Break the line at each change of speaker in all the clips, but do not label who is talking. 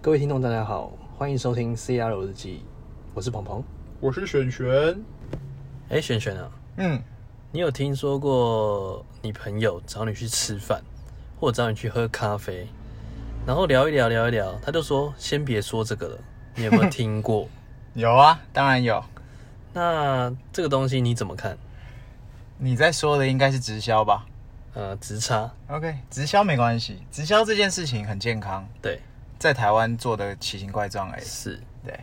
各位听众，大家好，欢迎收听 CR 日记，我是鹏鹏。
我是璇璇。
哎、璇璇啊，
嗯，
你有听说过你朋友找你去吃饭，或者找你去喝咖啡，然后聊一聊聊一聊，他就说先别说这个了，你有没有听过？
有啊，当然有。
那这个东西你怎么看？
你在说的应该是直销吧
呃，直差
？OK，直销没关系，直销这件事情很健康，
对
在台湾做的奇形怪状而已。
是，
对，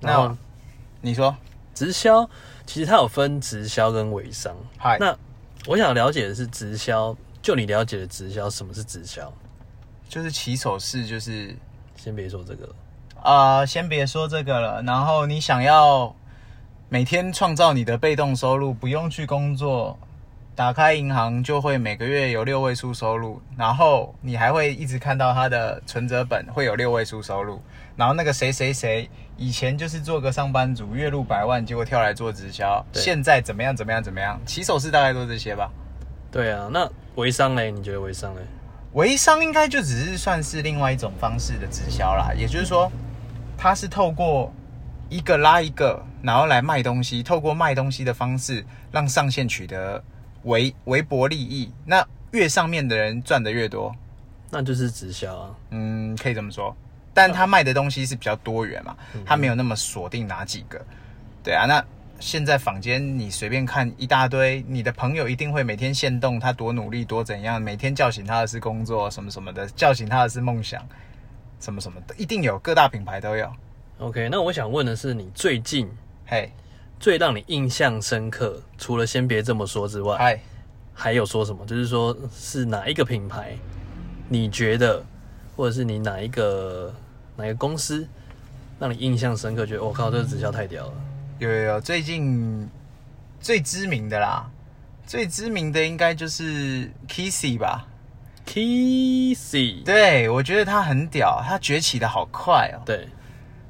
然后
那你说，
直销其实它有分直销跟微商。
嗨，
那我想了解的是直销，就你了解的直销，什么是直销？
就是起手式，就是
先别说这个了。
啊、呃先别说这个了。然后你想要每天创造你的被动收入，不用去工作，打开银行就会每个月有六位数收入，然后你还会一直看到他的存折本会有六位数收入。然后那个谁谁谁以前就是做个上班族，月入百万，结果跳来做直销，
对
现在怎么样怎么样怎么样？起手式大概都这些吧。
对啊，那微商嘞？你觉得微商嘞？
微商应该就只是算是另外一种方式的直销啦，也就是说，它是透过一个拉一个，然后来卖东西，透过卖东西的方式让上线取得微微薄利益，那越上面的人赚的越多，
那就是直销啊。
嗯，可以这么说。但他卖的东西是比较多元嘛，他没有那么锁定哪几个，对啊。那现在坊间你随便看一大堆，你的朋友一定会每天限动他多努力多怎样，每天叫醒他的是工作什么什么的，叫醒他的是梦想，什么什么的，一定有各大品牌都有。
OK，那我想问的是，你最近
嘿，
最让你印象深刻，除了先别这么说之外，
嗨，
还有说什么？就是说是哪一个品牌？你觉得，或者是你哪一个哪个公司让你印象深刻？觉得我、靠，这个直销太屌了。
有有有，最近最知名的啦，最知名的应该就是 Kissy 吧？
Kissy，
对，我觉得他很屌，他崛起的好快哦。
对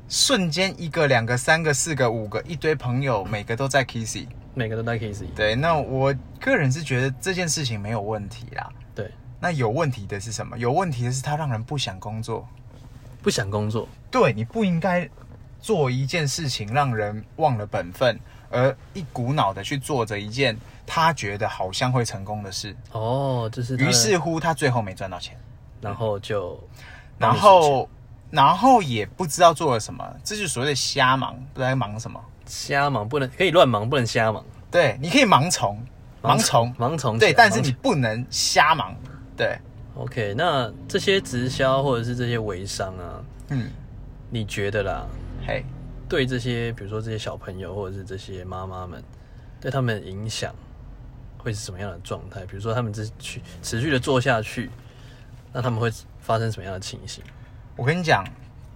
瞬间一个、两个、三个、四个、五个，一堆朋友，每个都在 Kissy。
每个都带 Kissy。
对，那我个人是觉得这件事情没有问题啦。
对，
那有问题的是什么？有问题的是它让人不想工作。
不想工作，
对，你不应该做一件事情让人忘了本分，而一股脑的去做着一件他觉得好像会成功的事，
哦，就是他的
于是乎他最后没赚到钱。
然后就
然后，然后也不知道做了什么，这就是所谓的瞎忙，不知道在忙什么。
瞎忙不能可以乱忙，不能瞎忙，
对，你可以盲从，盲从，
盲从起来
对，但是你
盲
不能瞎忙。对，
从 OK，那这些直销或者是这些微商啊，
嗯，
你觉得啦，
嘿，
对这些比如说这些小朋友或者是这些妈妈们，对他们的影响会是什么样的状态？比如说他们这去持续的做下去，那他们会发生什么样的情形？
我跟你讲，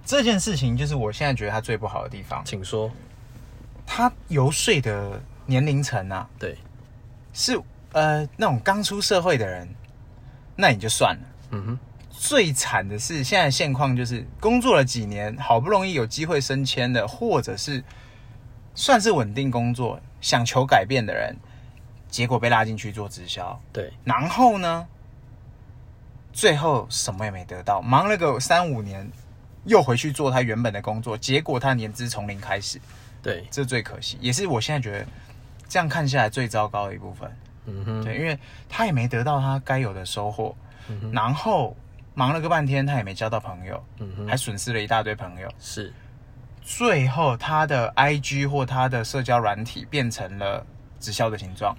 这件事情就是我现在觉得它最不好的地方，
请说。
它游说的年龄层啊，
对，
是呃那种刚出社会的人，那你就算了。
嗯哼，
最惨的是现在的现况就是，工作了几年，好不容易有机会升迁的，或者是算是稳定工作，想求改变的人，结果被拉进去做直销。
对，
然后呢，最后什么也没得到，忙了个三五年，又回去做他原本的工作，结果他年资从零开始，
对，
这最可惜，也是我现在觉得这样看下来最糟糕的一部分。
嗯哼，
对，因为他也没得到他该有的收获，
嗯哼，
然后忙了个半天，他也没交到朋友，
嗯哼，
还损失了一大堆朋友。
是
最后，他的 IG 或他的社交软体变成了直销的形状，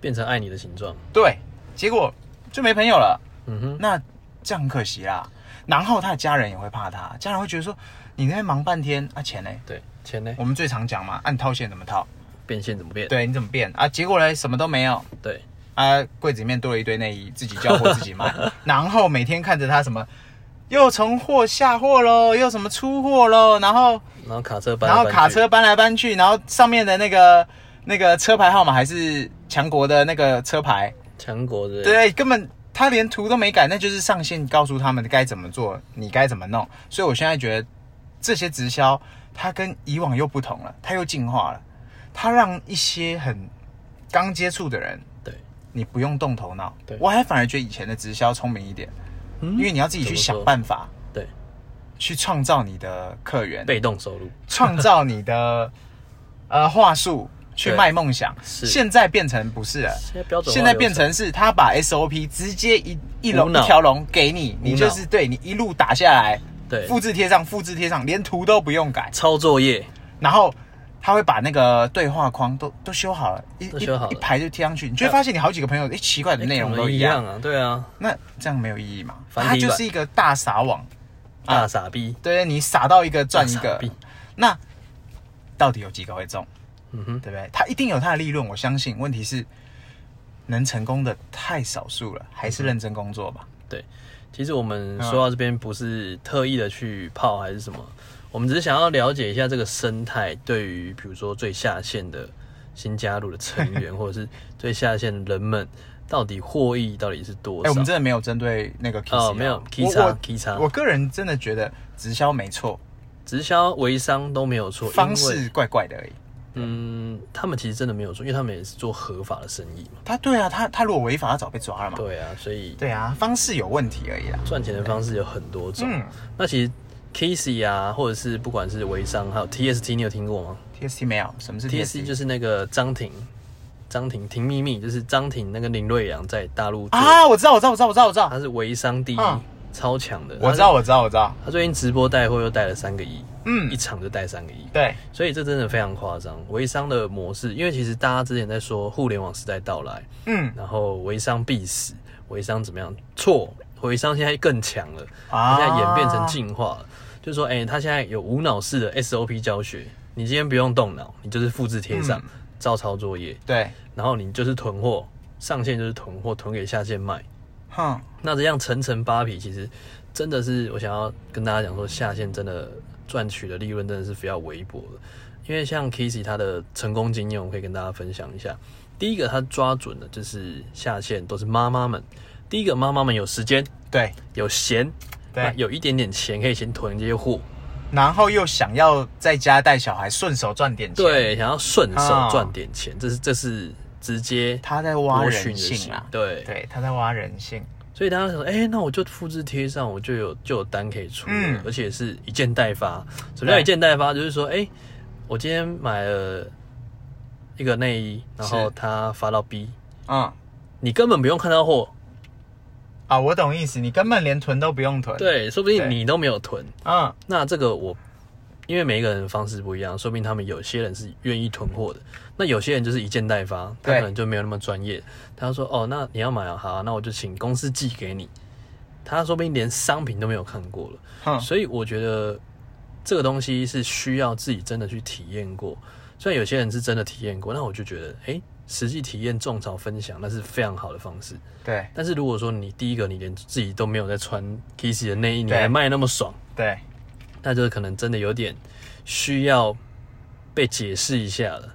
变成爱你的形状。
对，结果就没朋友了。
嗯哼，
那这样很可惜啦。然后他的家人也会怕他，家人会觉得说你那边忙半天啊，钱呢？
对，钱呢？
我们最常讲嘛，啊按、你套现怎么套？
变现怎么变？
对，你怎么变啊？结果嘞，什么都没有
对，
啊，柜子里面多了一堆内衣，自己交货自 己买。然后每天看着他什么，又从货下货喽，又什么出货喽，然后
然后卡车搬，
然后卡车，搬来搬去，然后上面的那个那个车牌号码还是强国的那个车牌，
强国的，，
对，啊根本他连图都没改，那就是上线告诉他们该怎么做，你该怎么弄。所以我现在觉得这些直销，它跟以往又不同了，它又进化了，它让一些很刚接触的人，
对，
你不用动头脑
对。
我还反而觉得以前的直销聪明一点，
嗯
因为你要自己去
怎么
想
说
办法。
对，
去创造你的客源，
被动收入，
创造你的呃话术去
对
卖梦想。
是
现在变成不是了，
现在标准化
现在变
流
成是他把 SOP 直接一一
无
龙一
脑
条龙给你，你就
无脑
是对你一路打下来，
程对
复制贴上，复制贴上，连图都不用改，
抄作业，
然后。他会把那个对话框都都修好了，一
都修好了
一一排就贴上去，你就会发现你好几个朋友，哎、奇怪的内容
诶跟
都
我们
一
一
样，
啊，对啊，
那这样没有意义嘛？
繁体
它
版
就是一个大撒网，啊
大傻逼，
对你撒到一个赚一
大傻
个
逼，
那到底有几个会中？
嗯哼，
对不对？他一定有他的利润，我相信。问题是，能成功的太少数了，还
嗯
是认真工作吧。
对。其实我
嗯
们说到这边不是特意的去泡还是什么，我们只是想要了解一下这个生态对于比如说最下线的新加入的成 员，或者是最下线人们到底获益到底是多
哎、
少？
我们真的没有针对那个 K
哦没有 K 叉 K 叉
我个人真的觉得直销没错，
直销、微商都没有错，
方
因为
式怪怪的而已。
嗯，他们其实真的没有错，因为他们也是做合法的生意嘛。
他对啊，他他如果违法，他早被抓了嘛。
对啊，所以
哦对啊，方式有问题而已啦。
赚钱的方式有很多种。
嗯
那其实 Casey 啊，或者是不管是微商，还有 TST，你有听过吗
TST 没有，什么是
？TST
TST？
就是那个张婷，张婷婷秘密，就是张婷那个林瑞阳在大陆做，
啊，我知道，我知道，我知道，我知道，我知道，
他是微商第一，
啊
超强的。
我知道，我知道，我知道。
他，他最近直播带货又带了三个亿，
嗯
一，场就带三个亿。
对，
所以这真的非常夸张，微商的模式，因为其实大家之前在说互联网时代到来，
嗯
然后微商必死，微商怎么样？错，微商现在更强了，
啊
它现在演变成进化了，就是说，哎、它现在有无脑式的 SOP 教学，你今天不用动脑，你就是复制贴上，
嗯
照抄作业，
对，
然后你就是囤货，上线就是囤货，囤给下线卖。
哼，
那这样层层扒皮，其实真的是我想要跟大家讲说，下线真的赚取的利润真的是比较微薄的。因为像 Kissy 他的成功经验，我可以跟大家分享一下。第一个，他抓准的就是下线都是妈妈们。第一个，妈妈们有时间、
对
有闲，那
对。
有一点点钱可以先囤这些货，
然后又想要在家带小孩，顺手赚点钱。
对，想要顺手
啊
赚点钱，这是这是直接
他在挖
剥削
人
你的
性
心
啊，
对，
对，他在挖人性，
所以大家想说，哎、那我就复制贴上，我就有就有单可以出了，
嗯
而且是一件代发。什么叫
对
一件代发？就是说，哎、我今天买了一个内衣，然后
是
它发到 B，
嗯
你根本不用看到货，
啊，我懂意思，你根本连囤都不用囤，，
对，说不定
对
你都没有囤。
嗯，
那这个我，因为每一个人的方式不一样，说不定他们有些人是愿意囤货的，那有些人就是一件代发，他
对
可能就没有那么专业。他说：“哦，那你要买啊，好啊那我就请公司寄给你。”他说不定连商品都没有看过了，
哼，
所以我觉得这个东西是需要自己真的去体验过。虽然有些人是真的体验过，那我就觉得，诶、实际体验种草分享那是非常好的方式。
对
但是如果说你第一个你连自己都没有在穿 Kissy 的内衣，你
对
还卖那么爽，
对，
那就可能真的有点需要被解释一下 了，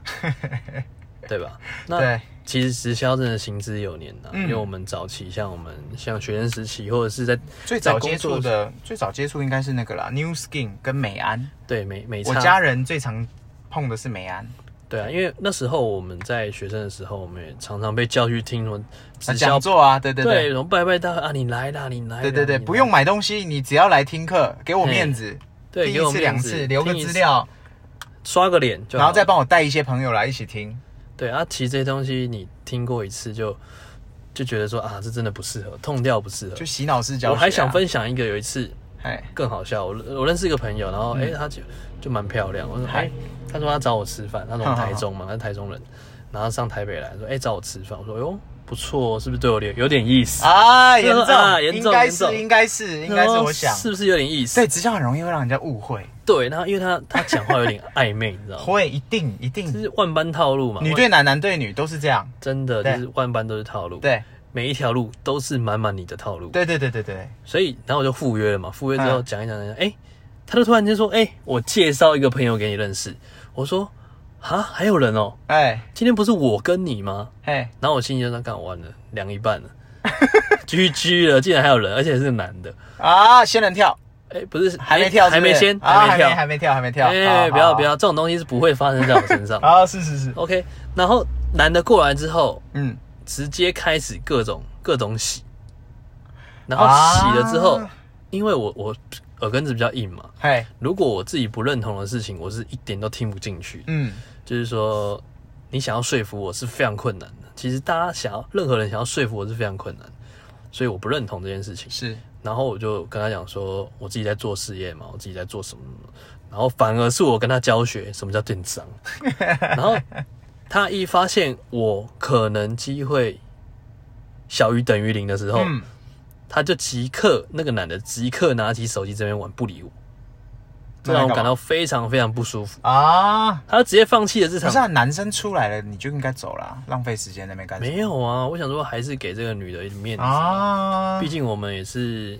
对吧？那
对
其实直销真的行之有年呐、
嗯
因为我们早期像我们像学生时期，或者是在
最早
在工
接
作
触的最早接触应该是那个啦，New Skin 跟美安，
对美美
我
差
家人最常碰的是美安，
对啊，因为那时候我们在学生的时候，我们也常常被教育听什么
啊
直销
讲，座啊，对对
对，
对
什么拜拜大会啊，你来啦，你来啦，
对对对，
你来
不用买东西，你只要来听课，给我
嘿
面子，
对，
第
给我
一次
面
两
子
次留个
听一啊
资
次
料，
刷个脸就好，
然后再帮我带一些朋友来一起听，
对啊，其实这些东西你听过一次就就觉得说啊，这真的不适合，痛掉不适合
就。洗脑式教学。啊
我还想，分享一个，有一次
哎，
更好笑，我我认识一个朋友，然后哎、他就就蛮漂亮，我说哎、
嗯嗨
他说他找我吃饭，他从
好好
台中嘛，他是台中人，然后上台北来说哎、找我吃饭，我说哟不错哦，是不是对我有有点意思？
啊，严
就是
重，
啊严重
应该
严
是，
重哦
应该是，应该是，我想，
是不是有点意思？
对，直销很容易会让人家误会，
对，然后因为他他讲话有点暧昧，你知 道吗？
会一定一
就
定，
是万般套路嘛，
女
万
对男，男对女都是这样，
真的就
对
是万般都是套路，，
对，
每一条路都是满满你的套路，，
对对对对对，
所以然后我就赴约了嘛，赴约之后
嗯
讲一讲讲一讲，哎、他就突然间说，哎、我介绍一个朋友给你认识，我说，啊，还有人哦，
哎
今天不是我跟你吗？
哎，
然后我心里就想，干完了，凉一 半了，GG 了，竟然还有人，而且是男的，
啊，仙人跳
哎、不是
还没
哎
跳是
还
不是，
没先，
啊，
还没
还没
跳，
还没跳，还没跳，
哎、
好
不要不，要，这种东西是不会发生在我身 上的
好好啊，是是是，
OK，然后男的过来之后，
嗯，
直接开始各种各种洗，然后洗了之后，
啊
因为我我耳根子比较硬嘛，
嘿，
如果我自己不认同的事情，我是一点都听不进去。
嗯，
就是说，你想要说服我是非常困难的。其实大家想要任何人想要说服我是非常困难，所以我不认同这件事情。
是，
然后我就跟他讲说，我自己在做事业嘛，我自己在做什么什么然后反而是我跟他教学什么叫电 商，然后他一发现我可能机会小于等于零的时候，
嗯，
他就即刻那个男的即刻拿起手机这边玩不理我，这
那他
让我
干
感
嘛
到非常非常不舒服。
啊，
他就直接放弃了这
不是啊，
场。
男生出来了你就应该走了，浪费时间在那边干什么？
没有啊，我想说还是给这个女的一点面子嘛，
啊
毕，竟我们也是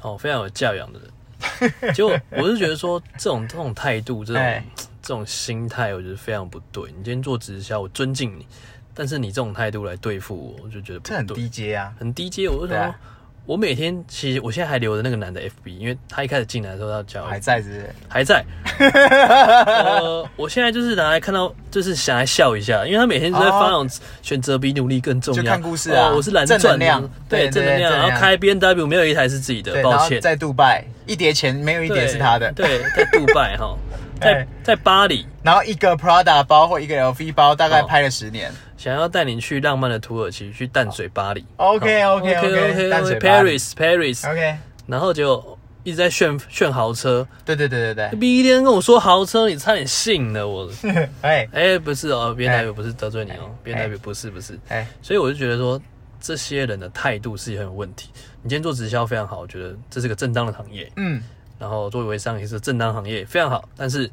哦非常有教养的人。结果我是觉得说这种这种态度，这种、
哎
这种心态，我觉得非常不对。你今天做直销，我尊敬你，但是你这种态度来对付我，我就觉得不
这
对，
很低阶啊，
很低阶。我就想
对
说，
啊
我每天其实我现在还留着那个男的 FB，因为他一开始进来的时候他叫
还在是不是？
还在。 呃，我现在就是拿来看到，就是想来笑一下，因为他每天都在发那种选择比努力更重要，
就看故事啊
哦我是蓝
正
钻
能量
对
对
正能
对
量。
正能
然
量啊
后开 B N W 没有一台是自己的，
对，然
抱
后
歉，
在杜拜一叠钱没有一叠
对
是他的，
对，在杜拜 哈，在
哎
在巴黎，
然后一个 Prada 包或一个 LV 包大概
哦
拍了十年。
想要带你去浪漫的土耳其，去淡水巴黎。
OK OK
OK
OK，淡水
OK
巴
哦
黎
Paris Paris，
OK，
然后就一直在炫炫豪车
对对对对对，
，B 天跟我说豪车，你差点信了我。
哎
哎、不是哦，别代表不是得罪你哦，别代表不是不是，
哎，
所以我就觉得说，这些人的态度是很有问题。你今天做直销非常好，我觉得这是个正当的行业，
嗯，
然后做微商也是正当行业，非常好。但是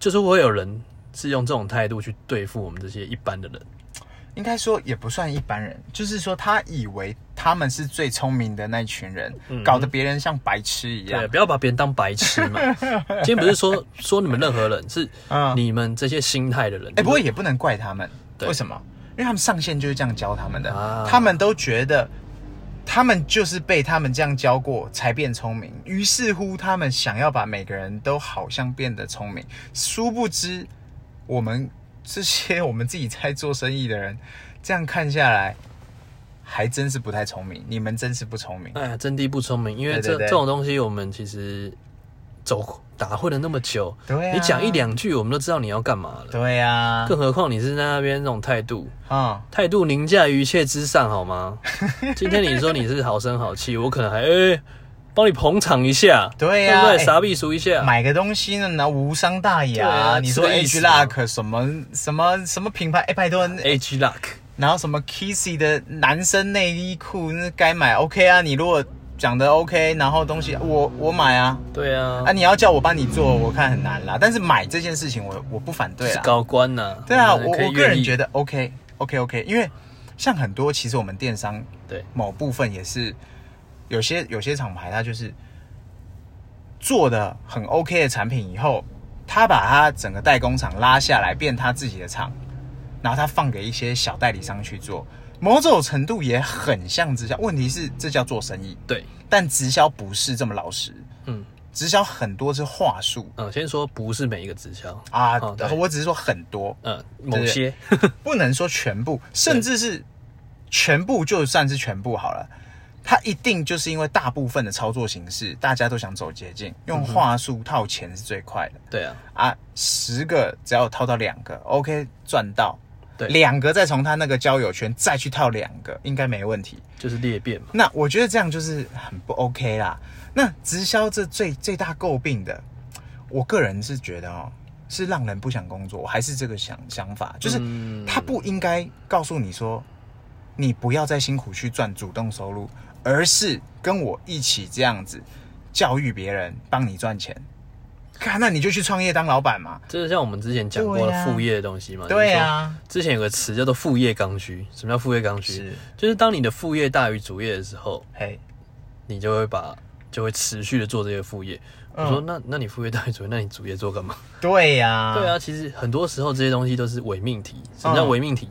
就是会有人是用这种态度去对付我们这些一般的人，
应该说也不算一般人，就是说他以为他们是最聪明的那群人，搞得别人像白痴一样
嗯对，。不要把别人当白痴 嘛。今天不是说说你们任何人，是
嗯
你们这些心态的人。
哎，不过也不能怪他们，
对
为什么？因为他们上线就是这样教他们的，
啊
他们都觉得。他们就是被他们这样教过才变聪明，于是乎他们想要把每个人都好像变得聪明，殊不知我们这些我们自己在做生意的人，这样看下来，还真是不太聪明。你们真是不聪明，
哎呀，真的不聪明，因为
对
这
对对
这种东西我们其实走打混了那么久，
对啊
你讲一两句，我们都知道你要干嘛了。
对呀、啊，
更何况你是在那边那种态度，
啊、
态度凌驾于一切之上，好吗？ 今天你说你是好声好气，我可能还哎帮、你捧场一下，
对呀
对不对？
哎
傻避俗一下，
买个东西呢，那无伤大雅。
对啊
你
吃
说
个意
H
思嘛
Luck 什么什么什么品牌？哎、拜托，
A G Luck，
然后什么 Kissy 的男生内衣裤，那该买 OK 啊。你如果讲的 OK，然后东西我我买啊
对啊，
啊！你要叫我帮你做，我看很难啦。但是买这件事情我，我不反对
是
啦。
高官呐、
对啊，
们
我
嗯可以
我个人
愿意
觉得 OK OK OK，因为像很多其实我们电商
对，
某部分也是有些有些厂牌，它就是做的很 OK 的产品以后，他把它整个代工厂拉下来，变他自己的厂，然后他放给一些小代理商去做，某种程度也很像直销。问题是这叫做生意，
对，
但直销不是这么老实，
嗯
直销很多是话术
嗯，先说不是每一个直销，
啊
哦对，
我只是说很多，
嗯，某些
不能说全部，甚至是全部，就算是全部好了，它一定就是因为大部分的操作形式，大家都想走捷径，用话术套钱是最快的、
对啊，
啊。十个只要套到两个，OK 赚到，
对
两个再从他那个交友圈再去套两个，应该没问题。
就是裂变嘛，
那我觉得这样就是很不 OK 啦。那直销这最最大诟病的，我个人是觉得哦，是让人不想工作，我还是这个想想法，就是
嗯
他不应该告诉你说，你不要再辛苦去赚主动收入，而是跟我一起这样子教育别人，帮你赚钱。看，那你就去创业当老板嘛。
就是像我们之前讲过
对
的
啊
副业的东西嘛，
对
呀、
啊，
之前有个词叫做副业刚需，什么叫副业刚需？
是
就是当你的副业大于主业的时候，
嘿，
你就会把就会持续的做这些副业。
嗯
我说那那你副业大于主业，那你主业做干嘛？
对呀，
对，啊，其实很多时候这些东西都是伪命题。什么叫
嗯
伪命题？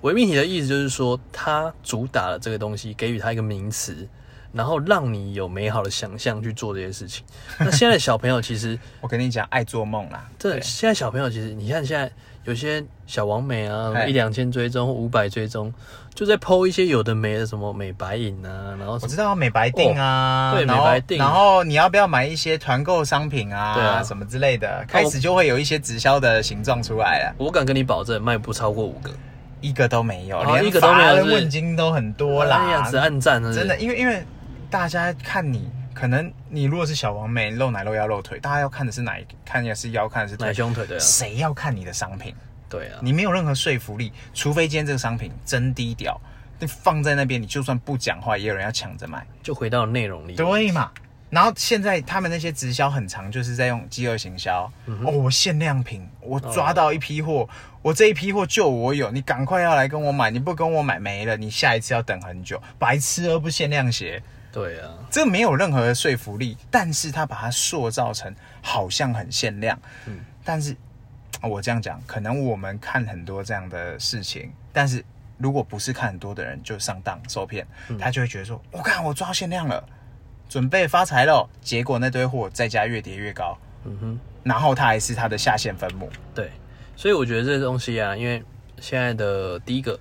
伪命题的意思就是说，它主打了这个东西，给予它一个名词，然后让你有美好的想象去做这些事情。那现在小朋友其实，
我跟你讲，爱做梦啦。
这现在小朋友其实，你看现在有些小王美啊，
哎
一两千追踪、五百追踪，就在剖一些有的没的，什么美白饮啊，然后什么
我知道美白定啊，
哦对
然后
美白定
然后你要不要买一些团购商品啊，
对啊
什么之类的，开始就会有一些直销的形状出来了，
我敢跟你保证，卖不超过哦五个。
一个都没有，
哦
连
一个都没有
法人
是不哎是
问津都很多
那样
啦，
子暗赞是不啊是
真的，因为因为大家看你，可能你如果是小王妹，露奶露腰露腿，大家要看的是哪一看的是腰，看的是
奶
腿，
胸腿对啊，
谁要看你的商品？
对啊，
你没有任何说服力，除非今天这个商品真低调，你放在那边，你就算不讲话，也有人要抢着买。
就回到内容里。
对嘛？然后现在他们那些直销很长，就是在用饥饿行销。哦，我限量品，我抓到一批货，我这一批货就我有，你赶快要来跟我买，你不跟我买没了，你下一次要等很久。白痴而不限量鞋，
对啊，
这没有任何的说服力，但是他把它塑造成好像很限量。嗯，但是呃我这样讲，可能我们看很多这样的事情，但是如果不是看很多的人就上当受骗，他就会觉得说，我、看我抓到限量了，准备发财喽。结果那堆货在家越叠越高，
嗯哼。
然后他还是他的下线分母。
对，所以我觉得这东西啊，因为现在的第一个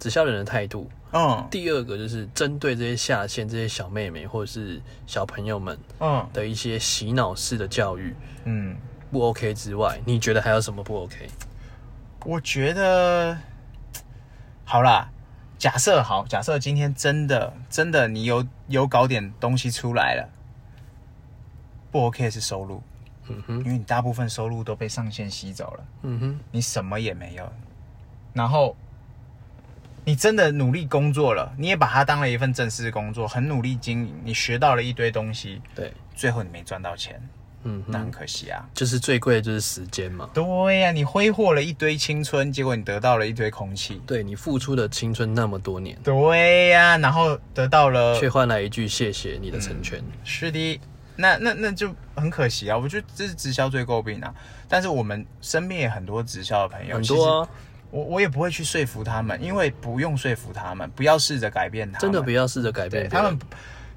直销人的态度，
嗯
第二个就是针对这些下线、这些小妹妹或者是小朋友们
嗯
的一些洗脑式的教育
嗯，
不 OK 之外，你觉得还有什么不 OK？
我觉得，好啦，假设好，假设今天真的真的你有有搞点东西出来了，不 OK 是收入，
嗯哼，
因为你大部分收入都被上线吸走了，
嗯哼，
你什么也没有，然后你真的努力工作了，你也把它当了一份正式工作，很努力经营，你学到了一堆东西，
对，
最后你没赚到钱，
嗯
那
哼
很，可惜啊。
就是最贵的就是时间嘛。
对啊呀、你挥霍了一堆青春，结果你得到了一堆空气。
对你付出的青春那么多年，
对呀、然后得到了
却换来一句谢谢你的成全。
是的，那那那就很可惜啊！我觉得这是直销最诟病啊。但是我们身边也很多直销的朋友，
很多、
其实
啊，
我我也不会去说服他们，因为不用说服他们，不要试着改变他们，
真的不要试着改
对
变
他
别人
们，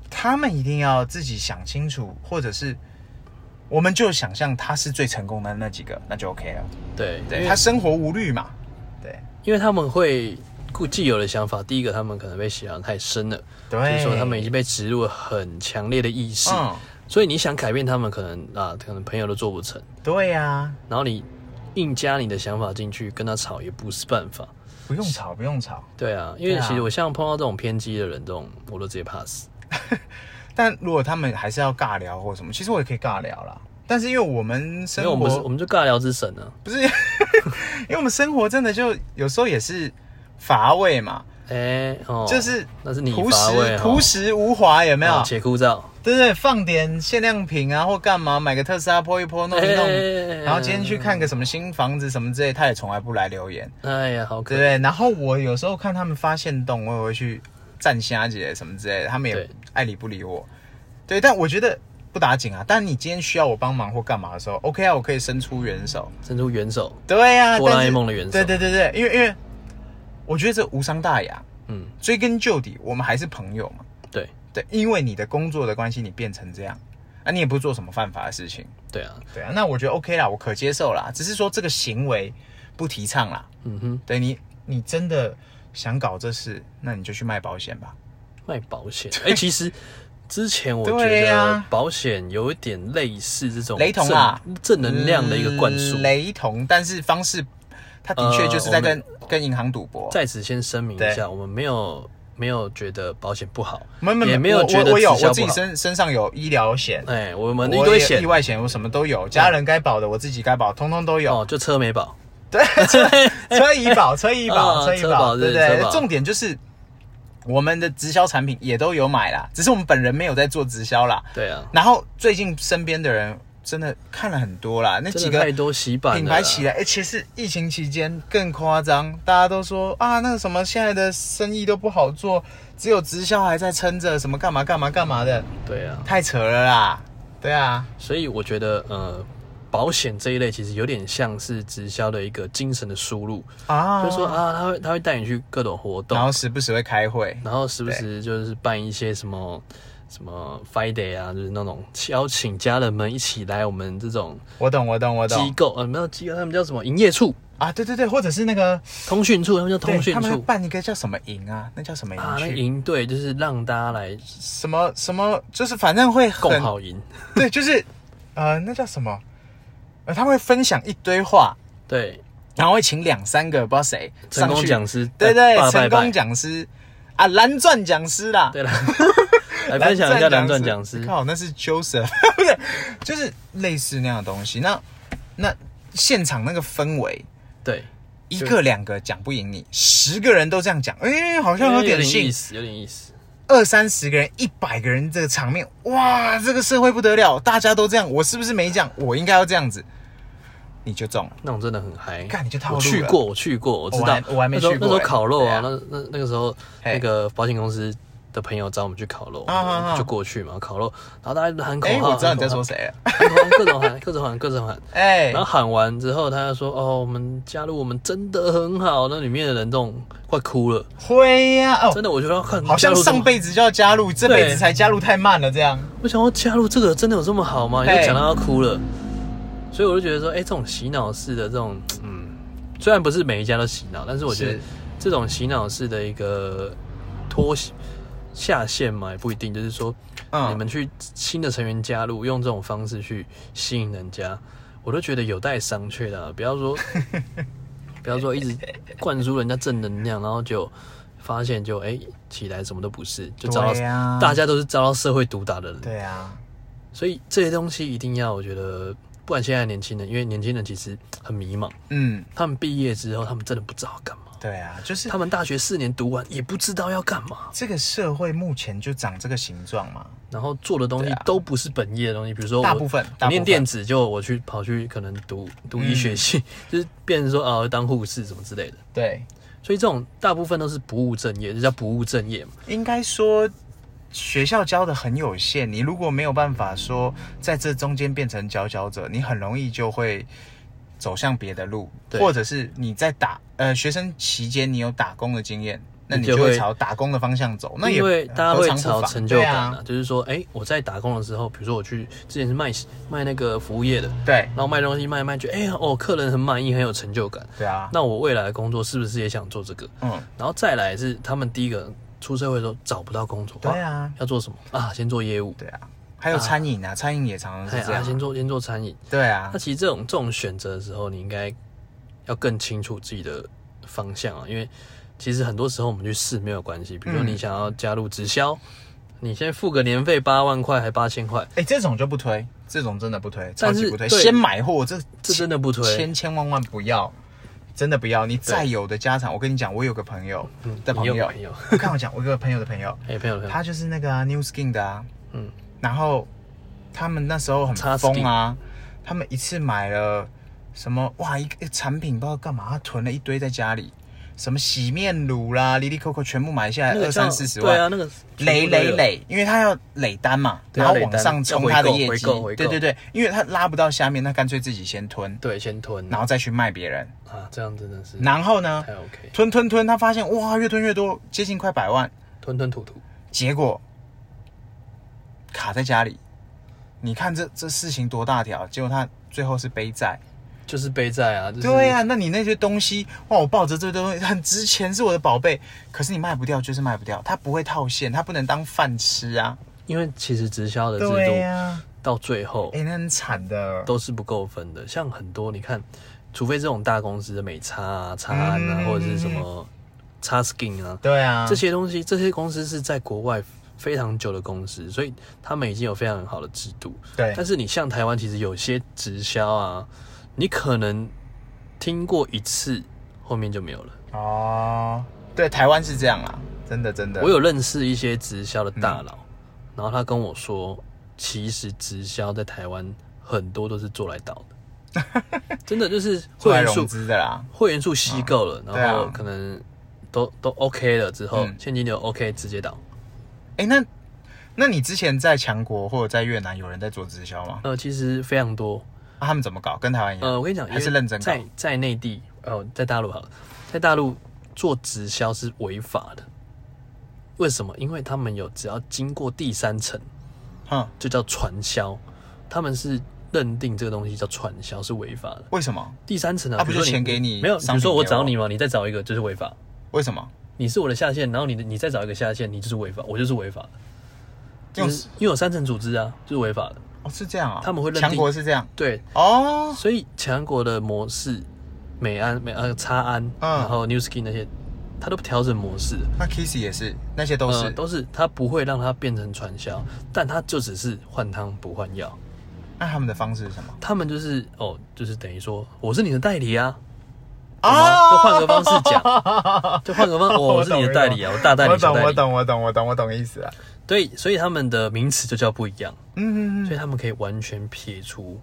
他们一定要自己想清楚，或者是我们就想象他是最成功的那几个，那就 OK 了。
对，因
对
为
他生活无虑嘛，对
因为他们会固既有的想法，第一个他们可能被洗脑太深了，就
对，
是说他们已经被植入了很强烈的意识，
嗯，
所以你想改变他们，可能啊，可能朋友都做不成，
对呀、
然后你硬加你的想法进去，跟他吵也不是办法。
不用吵，不用吵。
对啊，因为
对啊
其实我像碰到这种偏激的人，这种我都直接 pass。
但如果他们还是要尬聊或什么，其实我也可以尬聊啦。但是因为我们
因
生
为我
活
们是我们就尬聊之神啊，
不是，因为我们生活真的就有时候也是乏味嘛，
哎、哦，
就是
那是你
朴
乏味
实
哦
朴实无华，有没有
啊？且枯燥，
对不对？放点限量品啊，或干嘛，买个特斯拉泼一泼，弄一弄。
哎
然后今天去，看个什么新房子什么之类，他也从来不来留言，
哎呀，好可
对
爱
不。对？然后我有时候看他们发现动，我也会去站虾姐什么之类的，他们也
对
爱理不理我。对，但我觉得不打紧啊。但你今天需要我帮忙或干嘛的时候，OK 啊，我可以伸出援手。
伸出援手，
对呀、
哆啦 A
但是
梦的援手
对对对对，因为因为我觉得这无伤大雅，
嗯，
追根究底，我们还是朋友嘛。
对，
对，因为你的工作的关系，你变成这样，啊，你也不是做什么犯法的事情。
对啊，
对啊，那我觉得 OK 啦，我可接受啦。只是说这个行为不提倡啦。
嗯哼，
对你，你真的想搞这事，那你就去卖保险吧。
卖保 险。哎、其实之前我觉
对
得
呀
保险有一点类似这种
雷同啦
正正能量的一个灌输。
嗯
呃
雷同，但是方式，他的确就是在跟、跟银行赌博。
在此先声明一
对
下，我们没有没有觉得保险不好，
没没
也没
我
有觉得
我我有
直销
我
不
自己
好
身身上有医疗险，
哎、我们一
嗯我
堆
也
险
意外险，我什么都有，家人该保的，我自己该保，通通都有。
哦，就车没保，
对，车车医保，车医保，
啊
车医
车保
保，对不
对车
对
保？
重点就是我们的直销产品也都有买啦，只是我们本人没有在做直销啦。
对啊，
然后最近身边的人真的看了很多啦，那几
真的
个
太多洗版了
品
啦
牌起来，而且是疫情期间更夸张，大家都说啊，那个什么现在的生意都不好做，只有直销还在撑着，什么干嘛干嘛干嘛的，
对啊，
太扯了啦。对啊，
所以我觉得呃，保险这一类其实有点像是直销的一个精神的输入，
啊，
就是说，啊，他会他会带你去各种活动
然，后时不时会开会，
然后时不时就是办一些什么什么 Friday 啊，就是那种邀请家人们一起来我们这种
我懂，我懂，我
机
懂
构，呃，没有机构，他们叫什么营业处、
啊，对对对，或者是那个
通讯处，他们叫
对
通讯
他们会
处
办一个叫什么营啊，那叫什么营
啊，那
去？
营队就是让大家来
什么什么，就是反正会
共
很
好 营，
对，就是呃，那叫什么？呃，他们会分享一堆话，
对，
然后会请两三个不知道谁
成
上
功
去
讲师，
对对，
拜
成
拜
功
拜，
讲师啊，蓝钻讲师啦，
对了， 来分享一下蓝钻讲 师，
靠，那是 Joseph，不 是，就是类似那样的东西。那那现场那个氛围，
对，
一个两个讲不赢你，十个人都这样讲，哎、好像有点
意
信。
思，有点意思，
二三十个人、一百个人这个场面，哇，这个社会不得了，大家都这样，我是不是没讲？我应该要这样子，你就中了。
那种真的很嗨，
干你就套路
我
了
去过，我去过，我知
我
道
还，我还没
那时候
去过
那时
欸
候烤肉啊，
对
那那那个时候
嘿
那个保险公司的朋友找我们去烤肉，
啊啊啊
我们就过去嘛，烤肉，然后大家都喊口
哎、
号，
我知道你在
喊口号
说，谁了。
喊口号各种喊，各种喊，各种 喊。
哎、
然后喊完之后，他就说：“哦，我们加入我们真的很好。”那里面的人这种快哭了，
会呀、
真
哦，
的，我觉得很
好像上辈子就要加入，这辈子才加入太慢了，这样。
我想要加入这个真的有这么好吗？你
嘿
就讲到要哭了，所以我就觉得说，哎、这种洗脑式的这种，嗯，虽然不是每一家都洗脑，但是我觉得
是
这种洗脑式的一个脱下线嘛，也不一定，就是说、
嗯
你们去新的成员加入，用这种方式去吸引人家，我都觉得有待商榷的、啊，不要 说不要说一直灌输人家正能量，然后就。发现就哎、起来什么都不是，就遭到、
对啊
大家都是遭到社会毒打的人。
对啊，
所以这些东西一定要，我觉得，不然现在年轻人，因为年轻人其实很迷茫，
嗯，
他们毕业之后，他们真的不知道要干嘛，
对啊，就是
他们大学四年读完也不知道要干嘛，
这个社会目前就长这个形状嘛，
然后做的东西
对啊
都不是本业的东西，比如说我
大部分
我
大部分
念电子，就我去跑去可能读读医学
嗯
系， 就是变成说啊当护士什么之类的，
对，
所以这种大部分都是不务正业，这叫不务正业嘛，
应该说学校教的很有限，你如果没有办法说在这中间变成佼佼者，你很容易就会走向别的路，
对
或者是你在打呃学生期间你有打工的经验，那你
你就
就会
会
朝打工的方向走，那也
因为大家
何
会
尝不
朝
妨
成就感
对,、
啊，就是说，哎、我在打工的时候，比如说我去之前是卖卖那个服务业的，
啊、对
然后卖东西卖一卖，觉得哎、哦，客人很满意，很有成就感。
对啊，
那我未来的工作是不是也想做这个？
嗯，
然后再来是他们第一个出社会的时候找不到工作，
对
哇，
啊，
要做什么啊？先做业务，
对啊，还有餐饮啊，餐饮也常常
哎
是这
啊，
样，
先做先做餐饮。
对啊
那，其实这种这种选择的时候，你应该要更清楚自己的方向啊，因为其实很多时候我们去试没有关系，比如说
嗯
你想要加入直销，你先付个年费八万块还八千块，
哎、这种就不推，这种真的不推，超
但是
级不推。
对
先买货，这
这真的不推
千千万万不要，真的不要。你再有的家产，我跟你讲，我有个朋友的朋
嗯你有
友，
朋友，
我看我讲，我有个朋友 的朋友，
哎、朋友朋友，
他就是那个、啊、New Skin 的啊，
嗯，
然后他们那时候很
叉
疯啊，他们一次买了什么哇一个产品不知道干嘛，他囤了一堆在家里，什么洗面乳啦、里里扣扣全部买下来
那个
哎二
叫
三四十万，
对啊，那个
累累，累，因为他要累单嘛，
对
然
啊
后往上冲他的业
累
绩
单要回购嗯回购回。购
对对对，因为他拉不到下面，那干脆自己先吞，
对，先吞，
然后再去卖别人。
啊，这样真的是
然后呢，
太 OK，
吞吞吞，他发现哇，越吞越多，接近快百万，
吞吞吐吐，
结果卡在家里。你看这这事情多大条，结果他最后是背债。
就是背债啊，就是、
对呀、那你那些东西，哇，我抱着这堆东西很值钱，是我的宝贝，可是你卖不掉就是卖不掉，它不会套现，它不能当饭吃啊。
因为其实直销的制
对啊呀、
度到最后
哎、那很惨的。
都是不够分的，像很多你看，除非这种大公司的美差啊、差安啊，
嗯
或者是什么差 skin 啊，
对啊，
这些东西，这些公司是在国外非常久的公司，所以他们已经有非常好的制度。
对
但是你像台湾，其实有些直销啊，你可能听过一次，后面就没有了。
哦，对，台湾是这样啦，真的真的。
我有认识一些直销的大
嗯
佬，然后他跟我说，其实直销在台湾很多都是做来倒 的，真的就是
出
会
来
员
融
数
资的啦，
会员数吸够了，
对
然后
啊
可能都都 OK 了之后
嗯，
现金流 OK 直接倒。
哎、那那你之前在强国或者在越南有人在做直销吗？
呃，其实非常多，
啊他们怎么搞？跟台湾一样？
呃，我跟你讲，
还是认真搞
在在内地，哦，在大陆好了，在大陆做直销是违法的。为什么？因为他们有只要经过第三层，
哼、
就叫传销，他们是认定这个东西叫传销是违法的。
为什么？
第三层啊，
啊
比如说
不是钱给你
没有？比
商
如
品
说我
给我
找你嘛，你再找一个就是违法。
为什么？
你是我的下线，然后你的你再找一个下线，你就是违法，我就是违法的。
用
就是因为有三层组织啊，就是违法的。
哦是这样啊？
他们会认定
强国是这样
对，
哦，
所以强国的模式，美安、美呃差安，
嗯
然后 New Skin 那些，它都调整模式了，
那 Kissy 也是，那些都是、
呃、都是它不会让它变成传销，但它就只是换汤不换药。
那他们的方式是什么？
他们就是哦，就是等于说我是你的代理啊，
啊
就换个方式讲， 就换个方，哦、我是你的代理啊，我大代
我
理小
懂，
代
我
理，
懂，我懂，我懂，我懂意思了。
对，所以他们的名词就叫不一样，
嗯嗯嗯。
所以他们可以完全撇除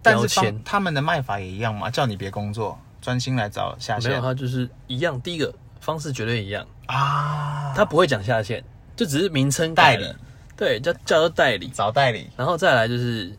但
标
是
签
方，他们的卖法也一样嘛，叫你别工作，专心来找下
哦没有，
线
它就是一样。第一个方式绝对一样，
啊，
他不会讲下线，就只是名称改了
代理，
对，叫叫做代理，
找代理，
然后再来就是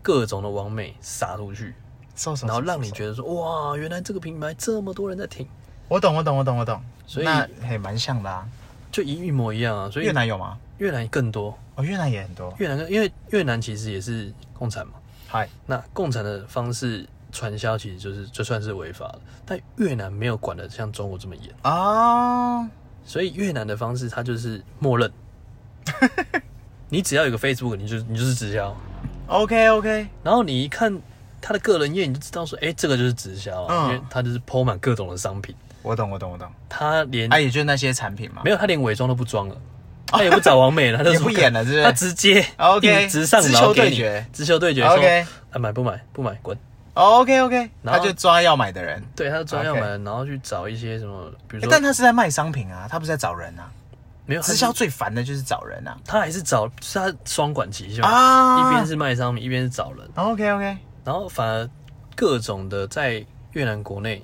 各种的网美撒出去，
搜搜，
然后让你
搜搜
觉得说哇，原来这个品牌这么多人在听，
我懂，我懂，我懂，我懂。
所以
那也蛮像的啊。
就一一模一样啊。所以
越南有吗？
越南更多，
哦，越南也很多。
越南跟因为越南其实也是共产嘛，
嗨，
那共产的方式传销其实就是就算是违法了，但越南没有管的像中国这么严，
啊，
所以越南的方式它就是默 认，你只要有个 Facebook，你就你就是直销，
OK OK，
然后你一看他的个人页，你就知道说，哎、这个就是直销啊，
嗯
因为他就是抛满各种的商品，
我懂我懂我懂。
他连、
啊，也就是那些产品嘛
嗯没。有他连伪装都不装 了，他也不找王美了，他就
也
说
不演了是不是
他直接
OK，
硬直上
直球
脑给
对
你
决，
直球对决
OK
说啊买不买不买滚，
OK OK，
然
他
后
就抓要买的人，
对，他就专要
OK
买了，然后去找一些什么，比如
诶
说、
但他是在卖商品啊，他不是在找人啊。
没有他
直
是
销最烦的就是找人啊。
他还是找就是他双管齐下，
啊
一边是卖商品，一边是找人，
OK OK，
然后反而各种的在越南国内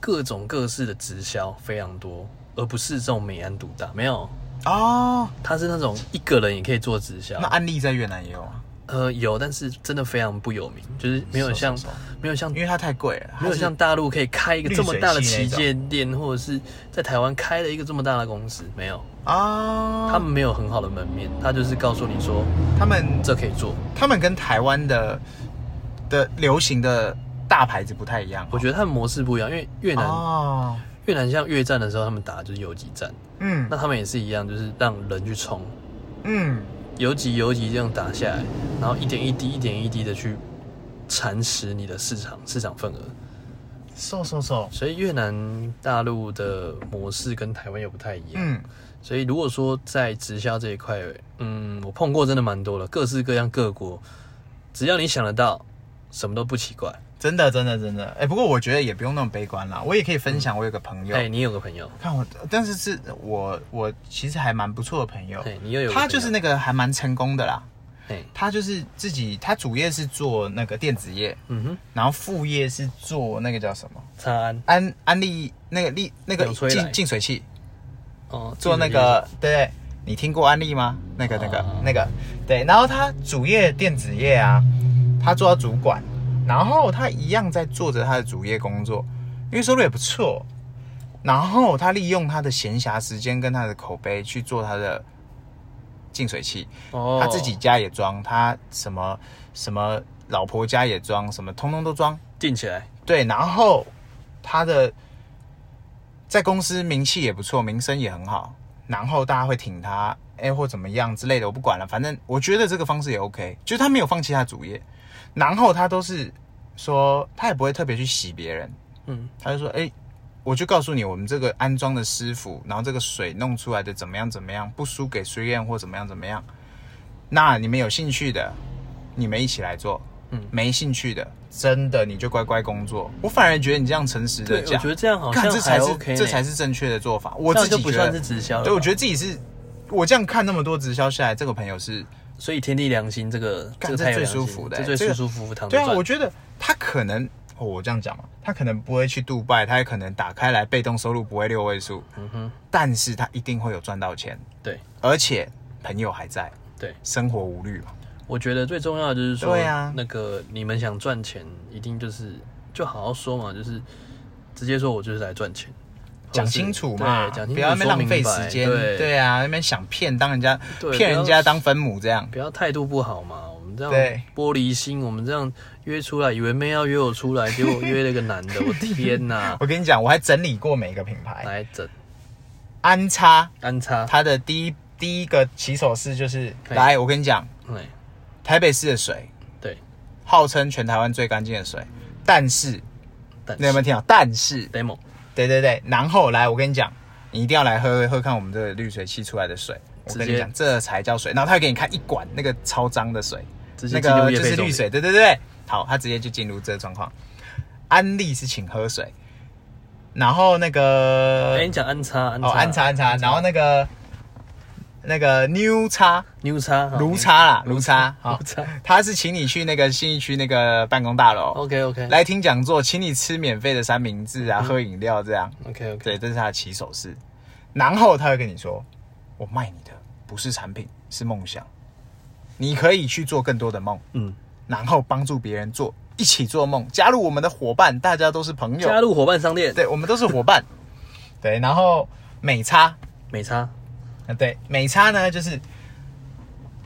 各种各式的直销非常多，而不是这种美安独大，没有，
哦，
他是那种一个人也可以做直销
那，安利在越南也有啊，
呃，有，但是真的非常不有名，就是没有
是
像
是是
没有像
因为它太贵了，
没有
它是
像大陆可以开一个
绿
这么大的
水系
旗
那种
舰店，或者是在台湾开了一个这么大的公司，没有，
啊，
他们没有很好的门面，他就是告诉你说
他们
这可以做，
他们跟台湾的的流行的大牌子不太一样哦、
我觉得他们模式不一样，因为越南
哦，
越南像越战的时候，他们打的就是游击战，
嗯
那他们也是一样，就是让人去冲，
嗯，
游击游击这样打下来，然后一点一滴一点一滴的去蚕食你的市场市场份额，
瘦瘦瘦，
所以越南大陆的模式跟台湾又不太一样。
嗯，
所以如果说在直销这一块，嗯，我碰过真的蛮多的，各式各样各国，只要你想得到，什么都不奇怪。
真的真的真的，哎、不过我觉得也不用那么悲观啦，我也可以分享，我有个朋友，
哎、你有个朋友，
看我，但是是我我其实还蛮不错的朋友
哎、，你又有个
他就
朋
是
友
那个还蛮成功的啦，
哎、
他就是自己他主业是做那个电子业，
嗯哼，
然后副业是做那个叫什么
长安
安安利那个利那个
纽崔莱
净净水器。
哦，
做那个，啊对对，你听过安利吗？那个、那个、那个，对。然后他主业电子业啊，他做到主管，然后他一样在做着他的主业工作，因为收入也不错。然后他利用他的闲暇时间跟他的口碑去做他的净水器，
哦，
他自己家也装，他什么什么老婆家也装，什么通通都装。
定起来，
对，然后他的在公司名气也不错，名声也很好，然后大家会挺他，哎，或怎么样之类的，我不管了，反正我觉得这个方式也 OK，就是他没有放弃他的主业，然后他都是说他也不会特别去洗别人，
嗯，
他就说，哎。我就告诉你，我们这个安装的师傅，然后这个水弄出来的怎么样怎么样，不输给水燕或怎么样怎么样。那你们有兴趣的，你们一起来做。
嗯
没兴趣的，真的你就乖乖工作。我反而觉得你这样诚实
对，
的
我
讲
觉，得这样好
看
像
这
还
才是、
OK，
这才
是
是正确的做法。我
这样
自
就
己
不
觉
算
得
是，直销了吧，
对，我觉得自己是，我这样看那么多直销下来，这个朋友是
所以天地良心这个
干
个
这
太有
最
良心
舒服的
这最
欸这
舒
个
舒服服躺着
对啊，
赚
我觉得他可能、哦我这样讲嘛，他可能不会去杜拜，他也可能打开来被动收入不会六位数，
嗯哼，
但是他一定会有赚到钱，
对
而且朋友还在，
对，
生活无虑嘛。
我觉得最重要的就是说，
对啊
那个你们想赚钱，一定就是就好好说嘛，就是直接说我就是来赚钱，
讲清楚嘛
对，讲清楚，
不要在那边浪
说明
费
白
时间。
对
对啊，那边想骗当人家
对
骗人
不要
家当分母这样。
不要态度不好嘛，我们这样
对
玻璃心，我们这样约出来，以为妹要约我出来，结果约了个男 的，我天哪！
我跟你讲，我还整理过每个品牌，
来整
安插
安插，
它的第一第一个起手式就是，
对
来，我跟你讲，
对
台北市的水
哎对，
号称全台湾最干净的水，但是
但
你有没有
是
听到？但是，
demo
对对对，然后来，我跟你讲，你一定要来喝喝看我们这个滤水器出来的水。我跟
直
你
接
讲，这才叫水。然后他会给你看一管那个超脏的水，
直接
那
进入
个
夜
就是
配重
绿
点，
水，对对对。好，他直接就进入这个状况。安利是请喝水，然后那个、
哎，你讲安插安插
哦安茶安茶，然后那个那个 New 叉
牛叉哦好
卢叉啦卢叉，好
卢叉，
他是请你去那个信义区那个办公大楼
，OK OK
来听讲座，请你吃免费的三明治
嗯
啊，喝饮料这样。
OK OK，
对，这是他的起手式。然后他会跟你说：“我卖你的不是产品，是梦想。你可以去做更多的梦，
嗯，
然后帮助别人做，一起做梦，加入我们的伙伴，大家都是朋
加
友。
入伙伴商店，
对，我们都是伙伴。对，然后美差，
美差
呃对，美差呢就是。”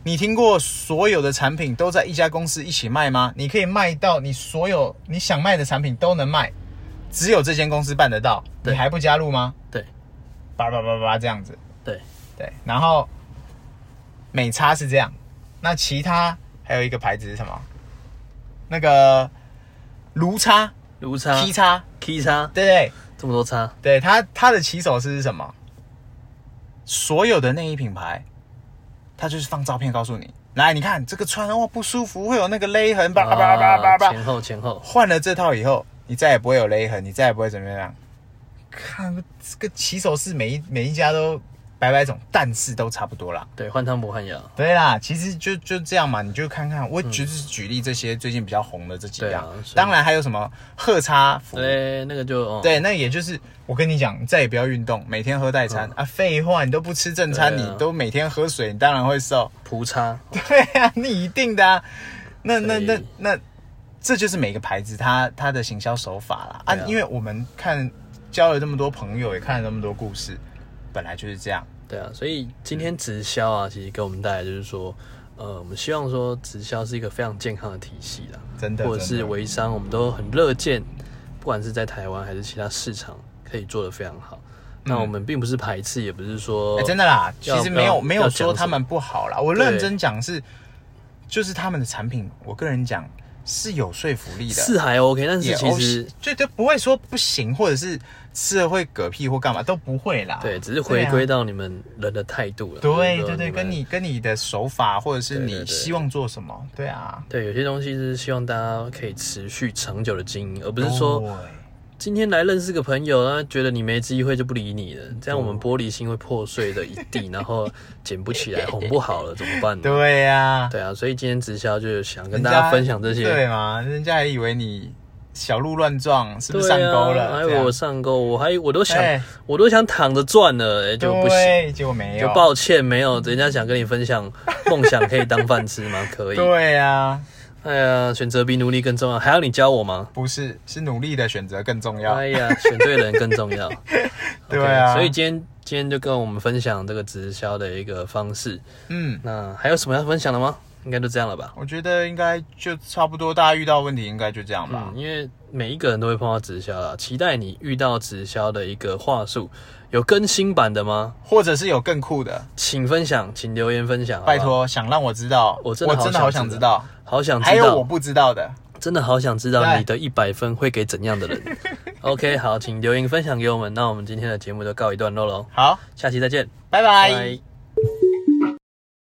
你听过所有的产品都在一家公司一起卖吗？你可以卖到你所有你想卖的产品都能卖，只有这间公司办得到，你
对
还不加入吗？
对
叭叭叭叭这样子。
对，
对，然后美差是这样，那其他还有一个牌子是什么？那个卢叉、
卢叉
T 叉，
K 叉，
对对
这么多叉，
对，它它的起手式是什么？所有的内衣品牌，它就是放照片告诉你，来，你看这个穿哇不舒服，会有那个勒痕，叭叭叭叭叭叭。
哦前后前后，
换了这套以后，你再也不会有勒痕，你再也不会怎么样。看这个起手式，每一每一家都百百种，但是都差不多啦。
对，换汤不换药，
对啦，其实就就这样嘛，你就看看，我就是举例这些最近比较红的这几样，
嗯对啊所以
当然还有什么喝叉服，
对，那个就哦
对，那也就是我跟你讲，你再也不要运动，每天喝代餐、啊，废话，你都不吃正餐，
嗯对啊
你都每天喝水，你当然会瘦，
葡叉，
对啊，你一定的啊，那那
所
那
以
那，这就是每个牌子它它的行销手法啦啊
对啊
因为我们看交了这么多朋友，也看了那么多故事，本来就是这样，
对啊，所以今
嗯
天直销啊，其实给我们带来就是说，呃，我们希望说直销是一个非常健康的体系啦，
真的，
或者
真
是
的
微商，我们都很乐见，不管是在台湾还是其他市场，可以做得非常好。那我们并不是排斥，也不是说、
嗯哎、真的啦，其
哦要
实没有
要
没有
要
说
讲
他们不好啦，我
对
认真讲是，就是他们的产品，我个人讲是有说服力的，
是还 OK，但
也哦
是其实
就就不会说不行，或者是吃了会嗝屁或干嘛都不会啦。
对，只是回归
对啊
到你们人的态度了。
对
就是说
对对，
们
跟你跟你的手法，或者是
对对
你
对
希望做什么，对啊，
对有些东西是希望大家可以持续长久的经营，而不是说
对
今天来认识个朋友，他觉得你没机会就不理你了，这样我们玻璃心会破碎的一地，然后捡不起来，哄不好了怎么办呢？
对呀，
对啊，所以今天直销就是想跟
人
大
家
家分享这些。
对嘛？人家还以为你小鹿乱撞，是不
对
是上钩
啊、
了？
还
这
有
样
我上钩，我还我都想，
哎
我都想躺着赚了，哎、就不行，
对，结果没
就
有，
抱歉，没有，人家想跟你分享梦想可以当饭吃吗？可以，
对啊呀，
哎呀，选择比努力更重要，还要你教我吗？
不是，是努力的选择更重要。
哎呀，选对人更重 要。
对
OK，
啊
所以今天今天就跟我们分享这个直销的一个方式。
嗯，
那还有什么要分享的吗？应该就这样了吧。
我觉得应该就差不多，大家遇到问题应该就这样吧。
嗯，因为每一个人都会碰到直销啦，期待你遇到直销的一个话术，有更新版的吗？
或者是有更酷的，
请分享，请留言分享，好不好
拜，托，想让我知道，
我真的
我
好
真的
想
好想
知
知道，
好想
还
知
有我
道，
不知道的，
真的好想知道
对
你的一百分会给怎样的人。OK，好，请留言分享给我们。那我们今天的节目就告一段落喽，
好，
下期再见，
拜拜。